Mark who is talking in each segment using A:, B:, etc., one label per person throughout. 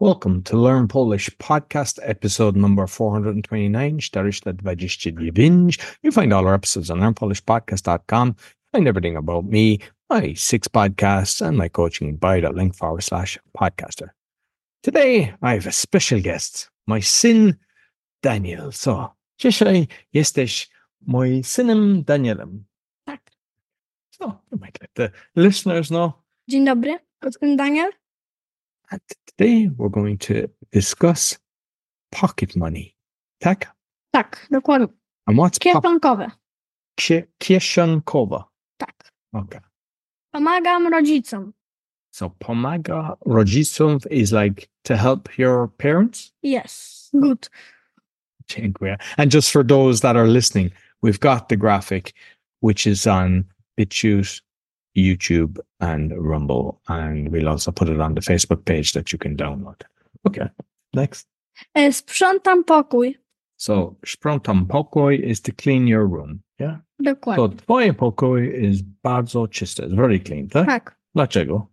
A: Welcome to Learn Polish podcast, episode number 429, 429. You find all our episodes on learnpolishpodcast.com. Find everything about me, my six podcasts, and my coaching by the link forward slash podcaster. Today, I have a special guest, my syn Daniel. So, dzisiaj jesteś moim synem Danielem. Tak. So, you might let the listeners know
B: Dzień dobry, jestem Daniel.
A: And today we're going to discuss pocket money. Tak?
B: Tak, dokładnie.
A: And what's pocket
B: Kieszonkowe.
A: kieszonkowa?
B: Tak.
A: Okay.
B: Pomagam rodzicom.
A: So pomaga rodzicom is like to help your parents.
B: Yes, good.
A: Dziękuję. And just for those that are listening, we've got the graphic, which is on BitChute, YouTube, and Rumble. And we'll also put it on the Facebook page that you can download. Okay. Next.
B: E, Sprzątam pokój.
A: So sprzątam pokój is to clean your room. Yeah.
B: Dokładnie.
A: To twoje pokój jest bardzo czyste, jest very clean, tak?
B: Tak,
A: Dlaczego?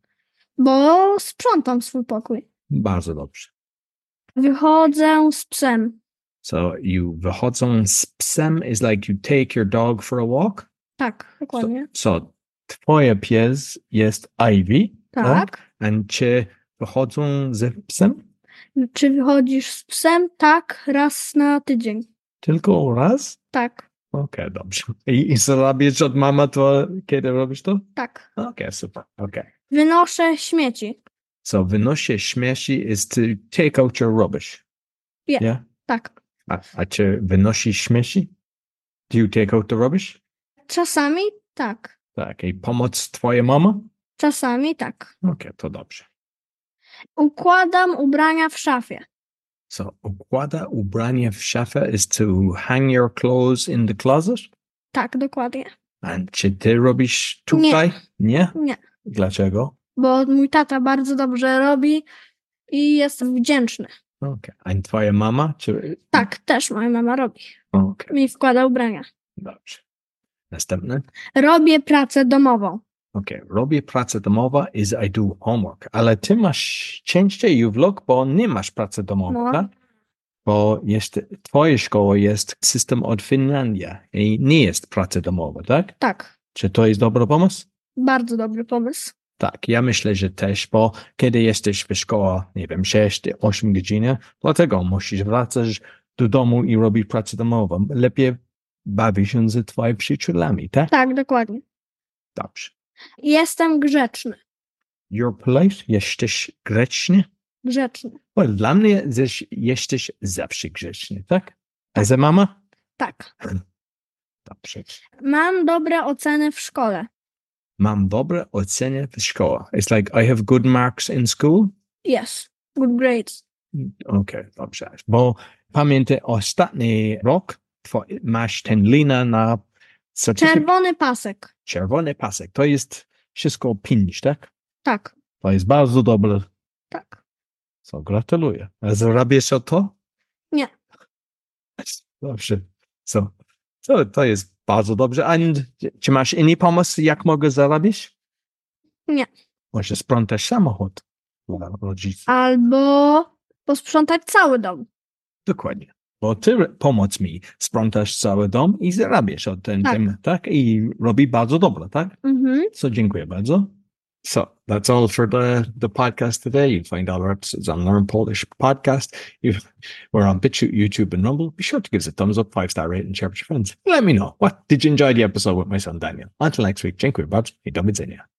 B: bo sprzątam swój pokój.
A: Bardzo dobrze.
B: Wychodzę z psem.
A: So you wychodzą z psem is like you take your dog for a walk.
B: Tak, dokładnie.
A: So twoje pies jest Ivy.
B: tak.
A: And czy wychodzą z psem?
B: Czy wychodzisz z psem? Tak, raz na tydzień.
A: Tylko raz?
B: Tak,
A: Okej, dobrze. I, I zrobisz od mama to, kiedy robisz to?
B: tak.
A: Okej, super. Okej.
B: Wynoszę śmieci.
A: So wynosie śmieci is to take out your rubbish.
B: Yeah.
A: Yeah.
B: Tak.
A: A, a czy wynosisz śmieci? Do you take out the rubbish?
B: Czasami tak.
A: Tak, i pomoc twoja mama?
B: Czasami tak.
A: Okej, to dobrze.
B: Układam ubrania w szafie.
A: So, układa ubranie w szafę is to hang your clothes in the closet?
B: Tak, dokładnie.
A: And czy ty robisz tutaj? Nie.
B: Nie.
A: Dlaczego?
B: bo mój tata bardzo dobrze robi i jestem wdzięczny.
A: Okej. A twoja mama? Czy...
B: Tak, też moja mama robi.
A: Okej,
B: Mi wkłada ubrania.
A: dobrze. Następne.
B: Robię pracę domową.
A: Okej, robię pracę domową is I do homework, ale ty masz szczęście i vlog, bo nie masz pracy domowej,
B: No.
A: tak? Bo jest, twoje szkoła jest system od Finlandii i nie jest pracy domowa, tak?
B: Tak,
A: Czy to jest dobry pomysł?
B: bardzo dobry pomysł.
A: Tak, ja myślę, że też, bo kiedy jesteś w szkole, nie wiem, 6-8 godzin, dlatego musisz wracać do domu i robić pracę domową. Lepiej bawi się ze twoimi przyjaciółmi, tak?
B: Tak, dokładnie.
A: Dobrze.
B: Jestem grzeczny.
A: You're polite, jesteś grzeczny?
B: Grzeczny.
A: Well, dla mnie też jesteś zawsze grzeczny, tak? A za mama?
B: Tak.
A: Dobrze.
B: Mam dobre oceny w szkole.
A: Mam dobre oceny w szkole. It's like I have good marks in school.
B: Yes. Good grades.
A: Okej, dobrze. Bo pamiętaj, ostatni rok two- masz ten lina na certyfikat.
B: Czerwony pasek.
A: Czerwony pasek. To jest wszystko pięć, tak?
B: Tak,
A: To jest bardzo dobre.
B: tak.
A: So, gratuluję. A Zrobisz o to?
B: Nie.
A: Dobrze. So, to, to jest bardzo dobrze. And czy masz inny pomysł, jak mogę zarobić?
B: Nie.
A: Może sprzątać samochód dla rodziców.
B: Albo posprzątać cały dom.
A: Dokładnie. Bo ty pomóc mi sprzątasz cały dom i zarabiasz od ten,
B: Tak.
A: Tym, tak? I robi bardzo dobro, tak?
B: Mhm.
A: So dziękuję bardzo. So that's all for the, the podcast today. You find all our episodes on Learn Polish Podcast. You, we're on BitChute, YouTube, and Rumble. Be sure to give us a thumbs up, five star rating, share with your friends. Let me know what did you enjoy the episode with my son Daniel. Until next week, dziękuję bardzo i do widzenia.